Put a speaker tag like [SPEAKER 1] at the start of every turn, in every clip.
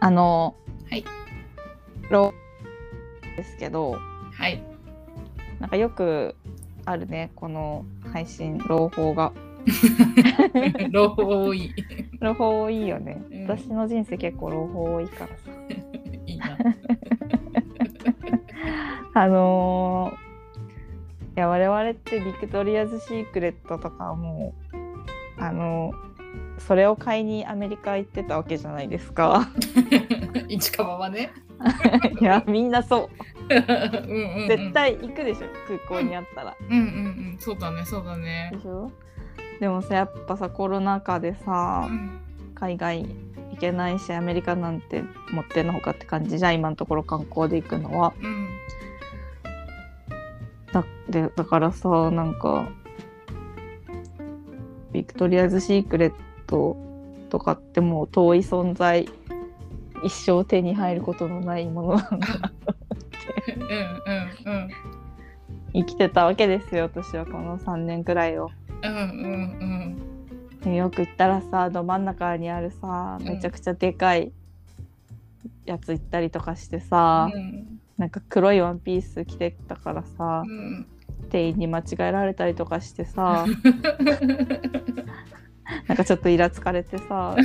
[SPEAKER 1] あの、
[SPEAKER 2] はい、
[SPEAKER 1] ロですけど
[SPEAKER 2] はい。
[SPEAKER 1] なんかよくあるねこの配信朗報が
[SPEAKER 2] 朗報多い。
[SPEAKER 1] 朗報多いよね、
[SPEAKER 2] うん
[SPEAKER 1] 私の人生結構朗報多いからさ
[SPEAKER 2] いいな。
[SPEAKER 1] あのーいや我々ってビクトリアズ・シークレットとかもうあのーそれを買いにアメリカ行ってたわけじゃないですか
[SPEAKER 2] 市川はね。
[SPEAKER 1] いやみんなそ
[SPEAKER 2] うんうんうん
[SPEAKER 1] う絶。対行くでしょ、空港にあったら、
[SPEAKER 2] うんうんうん。そうだね、そうだね
[SPEAKER 1] で。しょでもさやっぱさコロナ禍で
[SPEAKER 2] う
[SPEAKER 1] さ
[SPEAKER 2] ん
[SPEAKER 1] 海外行けないしアメリカなんて持ってのほかって感じじゃん今のところ観光で行くのは
[SPEAKER 2] うん。
[SPEAKER 1] だでだからさなんかビクトリアズ・シークレットとかってもう遠い存在一生手に入ることのないものなんだ
[SPEAKER 2] うんうんうん。
[SPEAKER 1] 生きてたわけですよ私はこの3年くらいを。
[SPEAKER 2] うんうん
[SPEAKER 1] ニューヨーク行ったらさど真ん中にあるさ
[SPEAKER 2] うん
[SPEAKER 1] めちゃくちゃでかいやつ行ったりとかして
[SPEAKER 2] う
[SPEAKER 1] さ
[SPEAKER 2] ん。、うん
[SPEAKER 1] なんか黒いワンピース着てたからさ、
[SPEAKER 2] うん。
[SPEAKER 1] 店員に間違えられたりとかして さなんかちょっとイラつかれてさ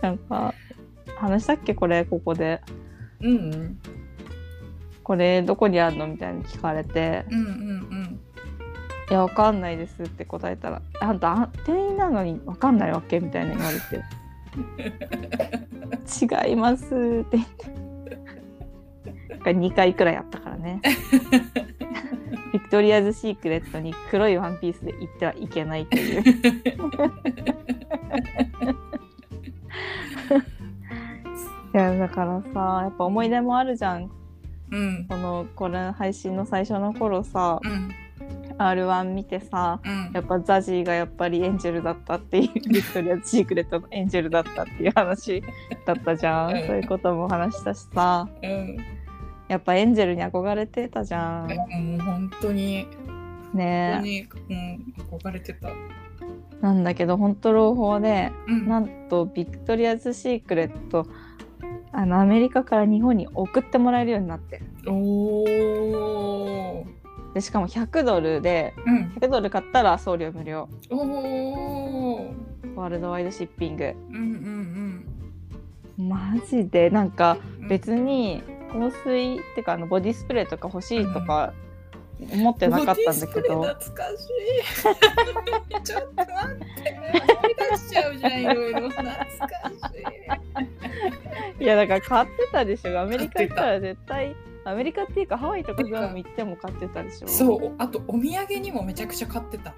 [SPEAKER 1] なんか話したっけこれここで
[SPEAKER 2] うん
[SPEAKER 1] これどこにあるのみたいに聞かれて
[SPEAKER 2] うんうん
[SPEAKER 1] 「いやわかんないです」って答えたら「あんたあ店員なのにわかんないわけ?」みたいに言われて「違います」って言って2回くらいあったからねビクトリアズ・シークレットに黒いワンピースで行ってはいけないといういやだからさやっぱ思い出もあるじゃん
[SPEAKER 2] うんうん
[SPEAKER 1] このこれ配信の最初の頃さ
[SPEAKER 2] うん
[SPEAKER 1] r 1見てさ
[SPEAKER 2] うん
[SPEAKER 1] やっぱザジーがやっぱりエンジェルだったっていうビクトリアズ・シークレットのエンジェルだったっていう話だったじゃん
[SPEAKER 2] うん
[SPEAKER 1] そういうことも話したしさ
[SPEAKER 2] うん
[SPEAKER 1] やっぱエンジェルに憧れてたじゃん
[SPEAKER 2] もう本当に本当
[SPEAKER 1] ね
[SPEAKER 2] にうん憧れてた
[SPEAKER 1] なんだけど本当朗報で
[SPEAKER 2] うん
[SPEAKER 1] なんとビクトリアズ・シークレットあのアメリカから日本に送ってもらえるようになって
[SPEAKER 2] おお
[SPEAKER 1] でしかも100ドルで
[SPEAKER 2] うん
[SPEAKER 1] 100ドル買ったら送料無料
[SPEAKER 2] おお
[SPEAKER 1] ワールドワイドシッピング
[SPEAKER 2] うんうん
[SPEAKER 1] マジでなんか
[SPEAKER 2] うん
[SPEAKER 1] 別に香水っていうかあのボディスプレーとか欲しいとか思ってなかったんだけど、
[SPEAKER 2] ボディスプレー懐かしいちょっと待って思い出しちゃうじゃんいろいろ懐かしい
[SPEAKER 1] いやだから買ってたでしょアメリカ行ったら絶対アメリカっていうかハワイとかグアム行っても買ってたでしょ
[SPEAKER 2] そうあとお土産にもめちゃくちゃ買ってた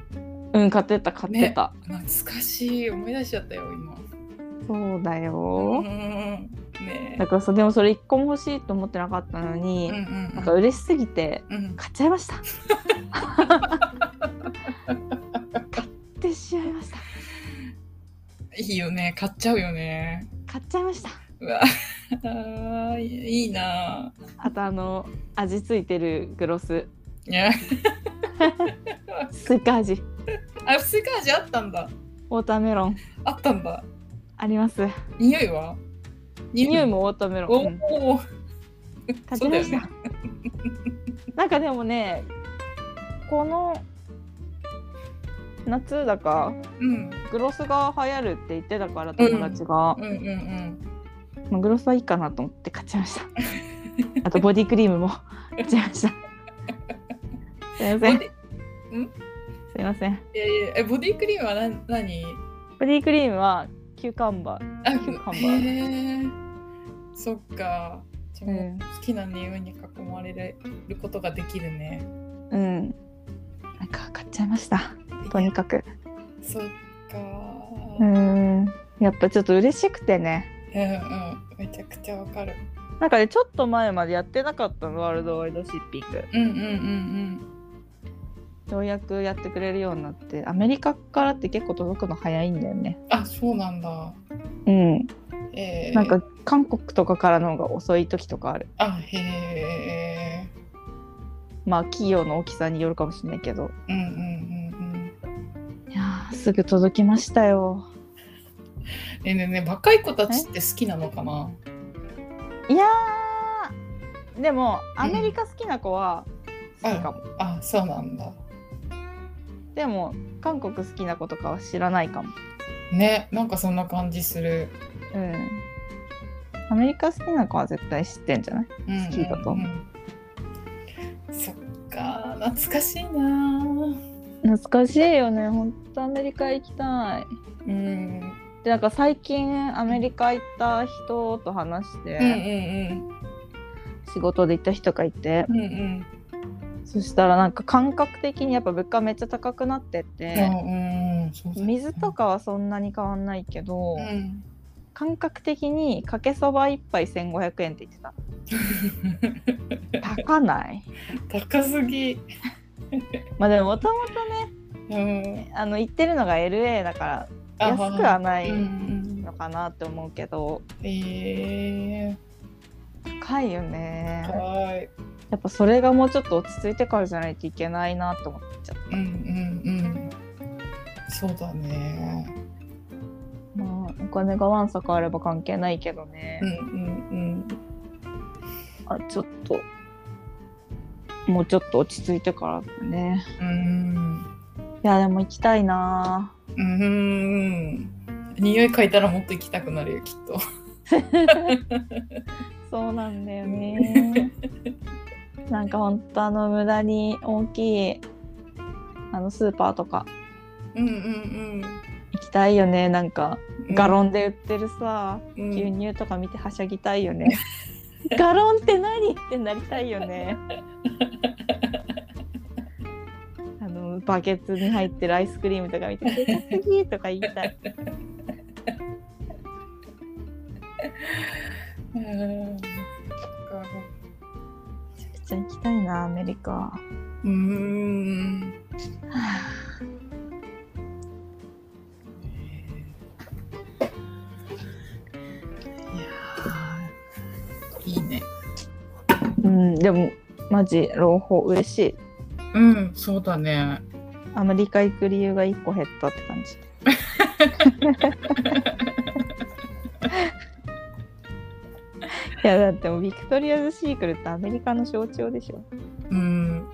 [SPEAKER 1] うん買ってた買ってた、
[SPEAKER 2] 懐かしい思い出しちゃったよ今
[SPEAKER 1] そうだ
[SPEAKER 2] うん
[SPEAKER 1] よ、
[SPEAKER 2] ね
[SPEAKER 1] だからさでもそれ一個も欲しいと思ってなかったのに、
[SPEAKER 2] うんうん
[SPEAKER 1] なんか嬉しすぎて
[SPEAKER 2] うん
[SPEAKER 1] 買っちゃいました買ってしまいました
[SPEAKER 2] いいよね買っちゃうよね
[SPEAKER 1] 買っちゃいました
[SPEAKER 2] うわあーいいな
[SPEAKER 1] あとあの味付いてるグロス
[SPEAKER 2] いや
[SPEAKER 1] スイカ味
[SPEAKER 2] あスイカ味あったんだ
[SPEAKER 1] ウォーターメロン
[SPEAKER 2] あったんだ
[SPEAKER 1] あります
[SPEAKER 2] 匂いは
[SPEAKER 1] 匂いもウォーターメロン、
[SPEAKER 2] お
[SPEAKER 1] うん
[SPEAKER 2] おー
[SPEAKER 1] 買っちゃいまし
[SPEAKER 2] そうだよ
[SPEAKER 1] た、なんかでもねこの夏だか
[SPEAKER 2] うん
[SPEAKER 1] グロスが流行るって言ってたから友達が
[SPEAKER 2] うん、うんうん
[SPEAKER 1] まあ、グロスはいいかなと思って買っちゃいました あとボディクリームも 買っちゃいましたすいません
[SPEAKER 2] ボデ
[SPEAKER 1] す
[SPEAKER 2] ィん
[SPEAKER 1] いません
[SPEAKER 2] いやいやえボディクリームはな何
[SPEAKER 1] ボディクリームはキューカンバー
[SPEAKER 2] あ
[SPEAKER 1] キューカンバー
[SPEAKER 2] へえそっかじゃあもう
[SPEAKER 1] うん
[SPEAKER 2] 好きな匂いに囲まれることができるね
[SPEAKER 1] うんなんか買っちゃいましたとにかく
[SPEAKER 2] そっかー
[SPEAKER 1] うーんやっぱちょっと嬉しくてね
[SPEAKER 2] うんうんめちゃくちゃわかる
[SPEAKER 1] なんかねちょっと前までやってなかったのワールドワイドシッピング
[SPEAKER 2] うんうんうん
[SPEAKER 1] ようやくやってくれるようになってアメリカからって結構届くの早いんだよね
[SPEAKER 2] うんあそうなんだ
[SPEAKER 1] うん
[SPEAKER 2] えー、
[SPEAKER 1] なんか韓国とかからの方が遅い時とかある
[SPEAKER 2] あへえ
[SPEAKER 1] まあ企業の大きさによるかもしれないけど
[SPEAKER 2] うんうんうんうん
[SPEAKER 1] いやーすぐ届きましたよ
[SPEAKER 2] ねえねえねえ若い子たちって好きなのかない
[SPEAKER 1] やーでもアメリカ好きな子は好きかも、
[SPEAKER 2] あそうなんだ
[SPEAKER 1] でも韓国好きな子とかは知らないかも
[SPEAKER 2] ねなんかそんな感じする、
[SPEAKER 1] うんアメリカ好きな子は絶対知ってんじゃない
[SPEAKER 2] うんうんうん
[SPEAKER 1] 好きだと思
[SPEAKER 2] そっか懐かしいな
[SPEAKER 1] 懐かしいよねほんとアメリカ行きたい
[SPEAKER 2] うん
[SPEAKER 1] でなんか最近アメリカ行った人と話し
[SPEAKER 2] うん
[SPEAKER 1] て、
[SPEAKER 2] う
[SPEAKER 1] 仕事で行った人がいて
[SPEAKER 2] んうんうん
[SPEAKER 1] そしたらなんか感覚的にやっぱ物価めっちゃ高くなって
[SPEAKER 2] う
[SPEAKER 1] て、
[SPEAKER 2] んうんそうだね
[SPEAKER 1] 水とかはそんなに変わんないけど、
[SPEAKER 2] うん
[SPEAKER 1] 感覚的にかけそば1杯1500円って言ってた高ない
[SPEAKER 2] 高すぎ
[SPEAKER 1] まあでももともとね
[SPEAKER 2] うん
[SPEAKER 1] あの行ってるのが LA だから
[SPEAKER 2] あ
[SPEAKER 1] 安くはな
[SPEAKER 2] はい
[SPEAKER 1] い
[SPEAKER 2] うん
[SPEAKER 1] のかなって思うけど
[SPEAKER 2] うんえ
[SPEAKER 1] 高いよ
[SPEAKER 2] ー、
[SPEAKER 1] ね
[SPEAKER 2] はい
[SPEAKER 1] やっぱそれがもうちょっと落ち着いてからじゃないといけないなって思っちゃっ
[SPEAKER 2] うんうんうんそうだね
[SPEAKER 1] た、まあ、お金がわんさかあれば関係ないけどね
[SPEAKER 2] うん、うん
[SPEAKER 1] あちょっともうちょっと落ち着いてからだね
[SPEAKER 2] うんうん
[SPEAKER 1] いやでも行きたいな
[SPEAKER 2] うーん。匂い嗅いだらもっと行きたくなるよ、きっと。
[SPEAKER 1] そうなんだよね。 なんか本当あの無駄に大きいあのスーパーとか
[SPEAKER 2] うんうん
[SPEAKER 1] 行きたいよねなんか
[SPEAKER 2] うん。
[SPEAKER 1] ガロンで売ってるさ、
[SPEAKER 2] うん、
[SPEAKER 1] 牛乳とか見てはしゃぎたいよね ガロンって何ってなりたいよ ねあのバケツに入ってるアイスクリームとか見て「でかすぎ」とか言いた い
[SPEAKER 2] うん。
[SPEAKER 1] めっちゃ行きたいなアメリカは
[SPEAKER 2] うーん。
[SPEAKER 1] あ
[SPEAKER 2] いやーいいね。
[SPEAKER 1] うんでもマジ朗報嬉しい
[SPEAKER 2] うん、そうだね。
[SPEAKER 1] アメリカ行く理由が1個減ったって感じ いやだってもうビクトリアズ・シークレットアメリカの象徴でしょ
[SPEAKER 2] うん。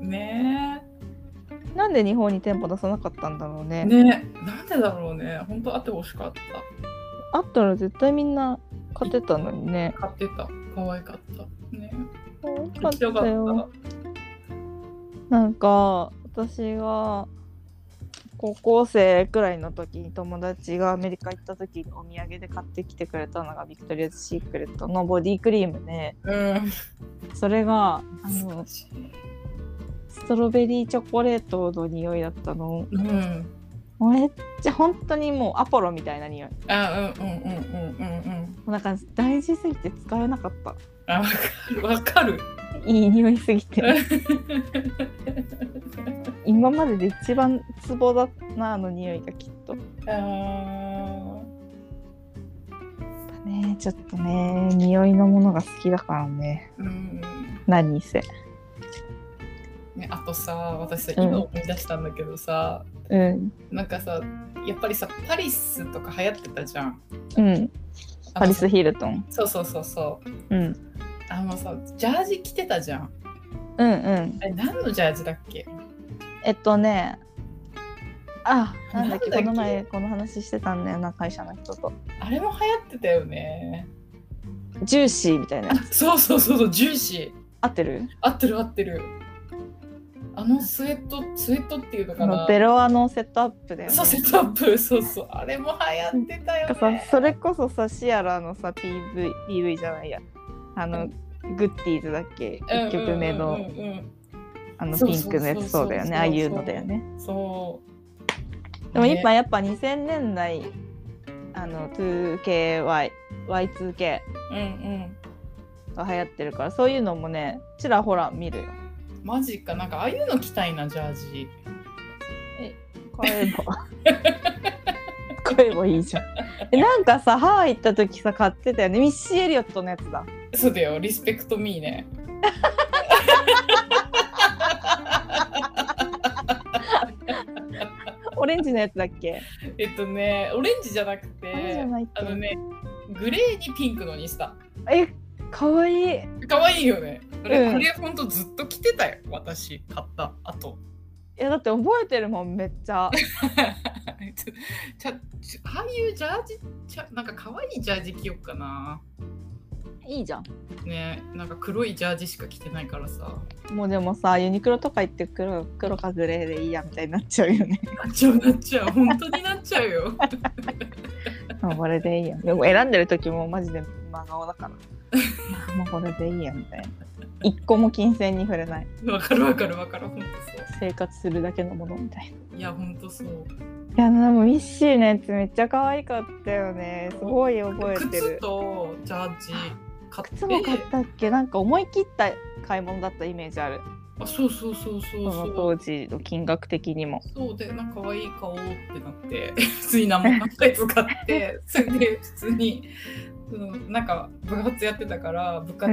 [SPEAKER 2] ね
[SPEAKER 1] なんで日本に店舗出さなかったんだろうね
[SPEAKER 2] え。ねえ。なんでだろうね。本当あってほしかっ
[SPEAKER 1] あったら絶対みんな買ってたのにね
[SPEAKER 2] た。買ってた。可愛かった。ねえ。
[SPEAKER 1] かった
[SPEAKER 2] 強か
[SPEAKER 1] よ
[SPEAKER 2] っ
[SPEAKER 1] なんか私が高校生くらいの時に友達がアメリカ行った時にお土産で買ってきてくれたのがビクトリアズ・シークレットのボディクリームで
[SPEAKER 2] た。うん。
[SPEAKER 1] それがあのストロベリーチョコレートの匂いだったの
[SPEAKER 2] うん。
[SPEAKER 1] めっちゃ本当にもうアポロみたいな匂いも
[SPEAKER 2] あ、うんうんうんうんうんうん。
[SPEAKER 1] うなんか大事すぎて使えなかった
[SPEAKER 2] あ、わかる。わかる。
[SPEAKER 1] いい匂いすぎて今までで一番ツボだなあの匂いがきっと
[SPEAKER 2] あ
[SPEAKER 1] ねちょっとね匂いのものが好きだからね
[SPEAKER 2] ーうん
[SPEAKER 1] 何せ
[SPEAKER 2] ね、あとさ私さ
[SPEAKER 1] うん
[SPEAKER 2] 今思い出したんだけどさ、
[SPEAKER 1] うん
[SPEAKER 2] なんかさやっぱりさパリスとか流行ってたじゃん
[SPEAKER 1] うん
[SPEAKER 2] あの
[SPEAKER 1] パリス・ヒルトン、
[SPEAKER 2] そうそうそうそう
[SPEAKER 1] うん、
[SPEAKER 2] あのさジャージ着てたじゃん
[SPEAKER 1] うんうん
[SPEAKER 2] あれ何のジャージだっけ
[SPEAKER 1] えっとねあなんだっけこ
[SPEAKER 2] なんだっけ
[SPEAKER 1] の前この話してたんだよな会社の人と
[SPEAKER 2] あれも流行ってたよね
[SPEAKER 1] ジューシーみたいな
[SPEAKER 2] あそうそうそうそうジューシー
[SPEAKER 1] 合ってる
[SPEAKER 2] 合ってる合ってるあのスウェットスウェットっていうの
[SPEAKER 1] あ
[SPEAKER 2] か
[SPEAKER 1] の
[SPEAKER 2] な
[SPEAKER 1] ベロアのセットアップだよね
[SPEAKER 2] そうセットアップそうそうあれも流行ってたよ
[SPEAKER 1] なんか
[SPEAKER 2] ね
[SPEAKER 1] さそれこそさシアラのさ PV, PV じゃないやあのグッディーズだっけ1曲目
[SPEAKER 2] う
[SPEAKER 1] の
[SPEAKER 2] んうんうんうん
[SPEAKER 1] あの
[SPEAKER 2] そう
[SPEAKER 1] ピンクのやつそう
[SPEAKER 2] そそうそうそう
[SPEAKER 1] うだよねああいうのだよね
[SPEAKER 2] うんそう
[SPEAKER 1] でも
[SPEAKER 2] ね
[SPEAKER 1] 今やっぱ2000年代あの 2KYY2K
[SPEAKER 2] うんうん
[SPEAKER 1] が流行ってるからそういうのもねちらほら見るよ
[SPEAKER 2] マジかなんかああいうの着たいなジャージ
[SPEAKER 1] 買え ば買えばいいじゃんえなんかさハワイ行った時さ買ってたよねミッシー・エリオットのやつだ
[SPEAKER 2] そうだよリスペクトミーね
[SPEAKER 1] オレンジのやつだっけ
[SPEAKER 2] えっとね、オレンジじゃなく
[SPEAKER 1] あれじ
[SPEAKER 2] て
[SPEAKER 1] ゃ、ないっけ
[SPEAKER 2] あのね、グレーにピンクのにした。
[SPEAKER 1] えかわいい
[SPEAKER 2] 可愛いよね。これ、
[SPEAKER 1] うん
[SPEAKER 2] これほんとずっと着てたよ。私、買った後。
[SPEAKER 1] いやだって覚えてるもんめっちゃ
[SPEAKER 2] ちゃちゃああいうジャージちゃなんか可愛いジャージ着よっかない
[SPEAKER 1] いじゃん
[SPEAKER 2] ねなんか黒いジャージしか着てないからさ
[SPEAKER 1] もうでもさユニクロとか行って黒黒かグレーでいいやみたいになっちゃうよね
[SPEAKER 2] なっちゃうなっちゃう本当になっちゃうよ
[SPEAKER 1] もうこれでいいやでも選んでる時もマジで真顔だからあもうこれでいいやみたいな一個も金銭に触れない
[SPEAKER 2] わかるわかるわかる本当そ
[SPEAKER 1] 生活するだけのものみたいないう
[SPEAKER 2] いや本当そう
[SPEAKER 1] やでもミッシーのやつめっちゃ可愛かったよねすごい覚えて
[SPEAKER 2] 靴
[SPEAKER 1] る
[SPEAKER 2] とジャージ買って
[SPEAKER 1] 靴も買ったっけなんか思い切った買い物だったイメージある
[SPEAKER 2] あそうそうそう
[SPEAKER 1] そ
[SPEAKER 2] そう
[SPEAKER 1] の
[SPEAKER 2] そ
[SPEAKER 1] 当
[SPEAKER 2] う
[SPEAKER 1] 時の金額的にも
[SPEAKER 2] そうでなんか可愛い顔ってなって 普通に何も考えず 買ってそれで普通にそのなんか部活やってたから部活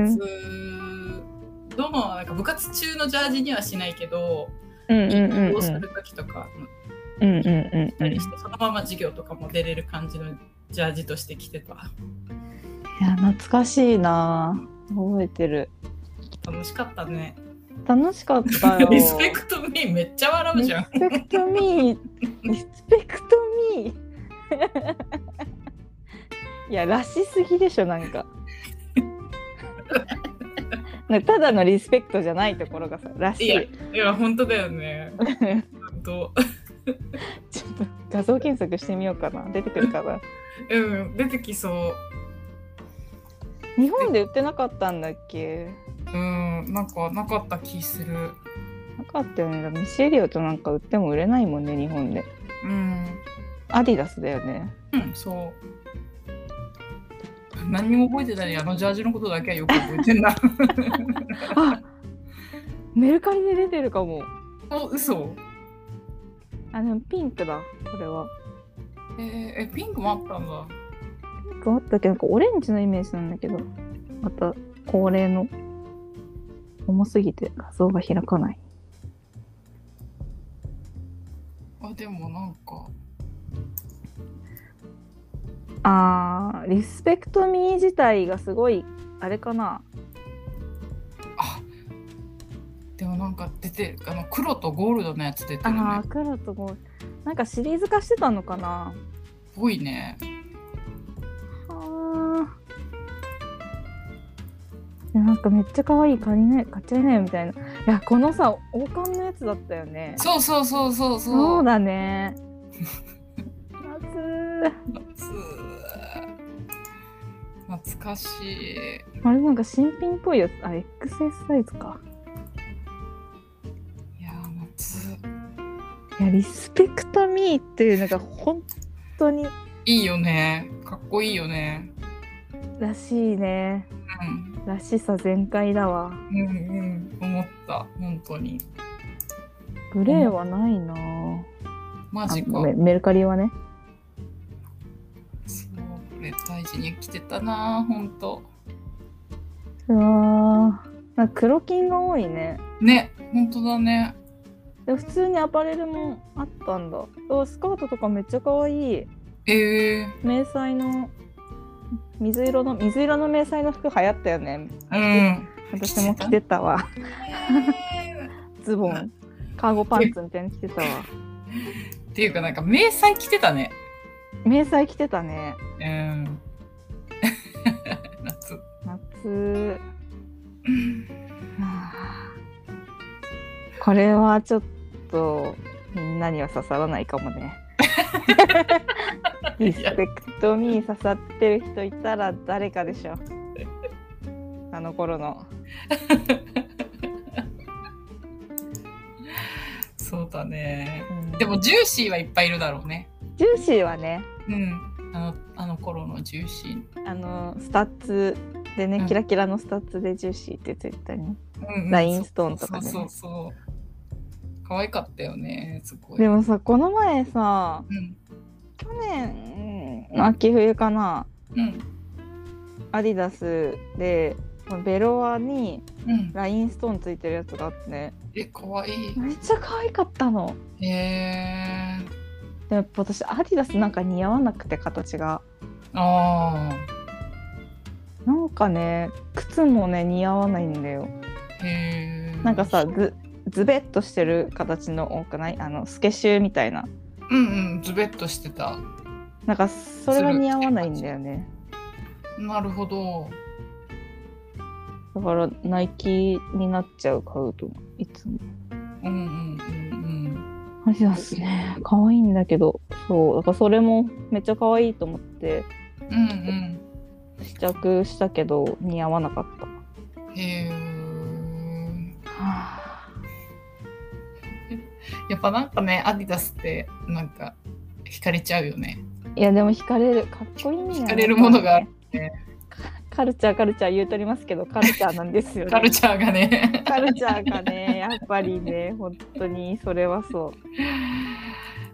[SPEAKER 2] の、なんか部活中のジャージにはしないけど
[SPEAKER 1] うんうんうん
[SPEAKER 2] 運動
[SPEAKER 1] うん
[SPEAKER 2] する時とか
[SPEAKER 1] うんうんうんうん
[SPEAKER 2] にしてそのまま授業とかも出れる感じのジャージとして着てた
[SPEAKER 1] いや懐かしいなぁ覚えてる
[SPEAKER 2] 楽しかったね
[SPEAKER 1] 楽しかったよ
[SPEAKER 2] リスペクトミーめっちゃ笑うじゃん
[SPEAKER 1] リスペクトミーリスペクトミー いやらしすぎでしょなん かなんかただのリスペクトじゃないところがさらしい
[SPEAKER 2] いやいや本当だ よね本当
[SPEAKER 1] ちょっと画像検索してみようかな出てくるかな
[SPEAKER 2] うん出てきそう
[SPEAKER 1] 日本で売ってなかったんだっけ
[SPEAKER 2] うん、なんかなかった気する。
[SPEAKER 1] なかったよねだからミシェリオとなんか売っても売れないもんね日本で
[SPEAKER 2] うん、
[SPEAKER 1] アディダスだよね
[SPEAKER 2] うん、そう。何にも覚えてないあのジャージのことだけはよく覚えてんな。
[SPEAKER 1] あメルカリで出てるかも
[SPEAKER 2] お、嘘。
[SPEAKER 1] あでもピンクだこれは
[SPEAKER 2] えーえ、ピンクもあったんだ。
[SPEAKER 1] ピンクあったけどなんかオレンジのイメージなんだけどまた恒例の重すぎて画像が開かない
[SPEAKER 2] あ、でもなんか。
[SPEAKER 1] あーリスペクトミー自体がすごいあれかな
[SPEAKER 2] あ。でもなんか出てる、あの黒とゴールドのやつ出てるね。
[SPEAKER 1] あー黒とゴールなんかシリーズ化してたのかな
[SPEAKER 2] ぽいね。
[SPEAKER 1] あーなんかめっちゃ可愛い借りない買っちゃいないよみたいないやこのさ王冠のやつだったよね
[SPEAKER 2] そうそうそうそうそう。
[SPEAKER 1] そうだね 夏
[SPEAKER 2] 夏懐かしい。
[SPEAKER 1] あれなんか新品っぽいやつあ XS サイズか
[SPEAKER 2] いやー、夏。
[SPEAKER 1] いやリスペクトミーっていうのが本当に
[SPEAKER 2] いいよね。かっこいいよね。
[SPEAKER 1] らしいね
[SPEAKER 2] うん。
[SPEAKER 1] らしさ全開だわ
[SPEAKER 2] うんうん。思った。本当に。
[SPEAKER 1] グレーはないな
[SPEAKER 2] マ
[SPEAKER 1] あ
[SPEAKER 2] ジか
[SPEAKER 1] ご。めんメルカリはね
[SPEAKER 2] そう。これ大事に着てたな。本当。
[SPEAKER 1] うわーなんか黒金が多いね
[SPEAKER 2] ね。本当だね。
[SPEAKER 1] で普通にアパレルもあったんだおスカートとかめっちゃ可愛い
[SPEAKER 2] ええ
[SPEAKER 1] 迷彩の水色の水色の迷彩の服流行ったよね
[SPEAKER 2] うん。
[SPEAKER 1] 私も着てたわズボンカーゴパンツみたいに着てたわ
[SPEAKER 2] っていうかなんか迷彩着てたね。
[SPEAKER 1] 迷彩着てたね
[SPEAKER 2] うん。 夏。
[SPEAKER 1] 夏 これはちょっとみんなには刺さらないかも ねリスペクトミー刺さってる人いたら誰かでしょあの頃の
[SPEAKER 2] そうだね。
[SPEAKER 1] うん
[SPEAKER 2] でもジューシーはいっぱいいるだろうね。
[SPEAKER 1] ジューシーはね
[SPEAKER 2] うん。あのあの頃のジューシー。
[SPEAKER 1] あのスタッツでね、
[SPEAKER 2] うん
[SPEAKER 1] キラキラのスタッツでジューシーって絶対に
[SPEAKER 2] うんうん
[SPEAKER 1] ラインストーンとかね
[SPEAKER 2] そうそうそうそう可愛かったよねすごい
[SPEAKER 1] でもさこの前さ
[SPEAKER 2] うん
[SPEAKER 1] 去年の秋冬かな
[SPEAKER 2] うん
[SPEAKER 1] アディダスでベロアに
[SPEAKER 2] うん
[SPEAKER 1] ラインストーンついてるやつがあってね
[SPEAKER 2] え可愛い
[SPEAKER 1] めっちゃ可愛かったの
[SPEAKER 2] へえ
[SPEAKER 1] でもやっぱ私アディダスなんか似合わなくて形が
[SPEAKER 2] あ
[SPEAKER 1] なんかね靴もね似合わないんだよ
[SPEAKER 2] あへえ
[SPEAKER 1] なんかさずズベッとしてる形の多くないあのスケシューみたいな
[SPEAKER 2] うんうんズベッとしてた
[SPEAKER 1] なんかそれが似合わないんだよね
[SPEAKER 2] なるほど
[SPEAKER 1] だからナイキになっちゃう買うといつも
[SPEAKER 2] うんうんうん
[SPEAKER 1] アディダスね可愛いんだけどそうだからそれもめっちゃ可愛いと思って
[SPEAKER 2] うんうん
[SPEAKER 1] 試着したけど似合わなかった
[SPEAKER 2] うんへえやっぱなんかねアディダスってなんか惹かれちゃうよね
[SPEAKER 1] いやでも惹かれるかっこいいんだよ
[SPEAKER 2] 惹かれるものがあるね
[SPEAKER 1] カ カルチャーカルチャー言うとりますけどカルチャーなんですよ、ね、
[SPEAKER 2] カルチャーがね
[SPEAKER 1] カルチャーがねやっぱりね本当にそれはそう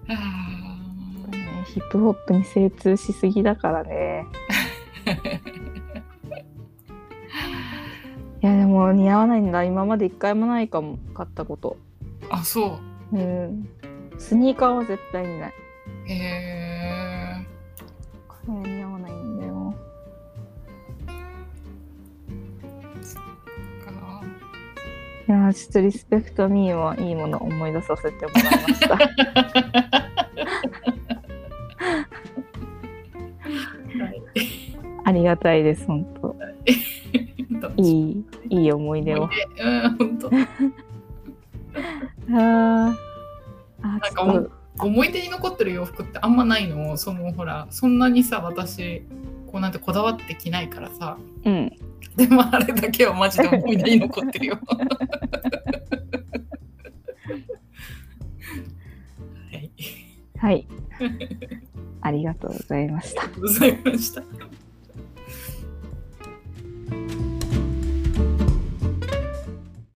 [SPEAKER 2] あ
[SPEAKER 1] やっぱねヒップホップに精通しすぎだからねいやでも似合わないんだ今まで一回もないかも買ったこと
[SPEAKER 2] ー あそ
[SPEAKER 1] うんスニーカーは絶対にない
[SPEAKER 2] へえ
[SPEAKER 1] これは似合わないんだよ
[SPEAKER 2] かない
[SPEAKER 1] やーちょっとリスペクトミーはいいもの思い出させてもらいましたありがたいです本当
[SPEAKER 2] い
[SPEAKER 1] いいいい思い出を
[SPEAKER 2] うん本当
[SPEAKER 1] あーあー
[SPEAKER 2] なん
[SPEAKER 1] ち
[SPEAKER 2] か
[SPEAKER 1] ょっと
[SPEAKER 2] 思い出に残ってる洋服ってあんまないのそのほらそんなにさ私こうなんてこだわってきないからさ
[SPEAKER 1] うん
[SPEAKER 2] でもあれだけはマジで思い出に残ってる よはい
[SPEAKER 1] はいありがとうございました
[SPEAKER 2] ありがとうございました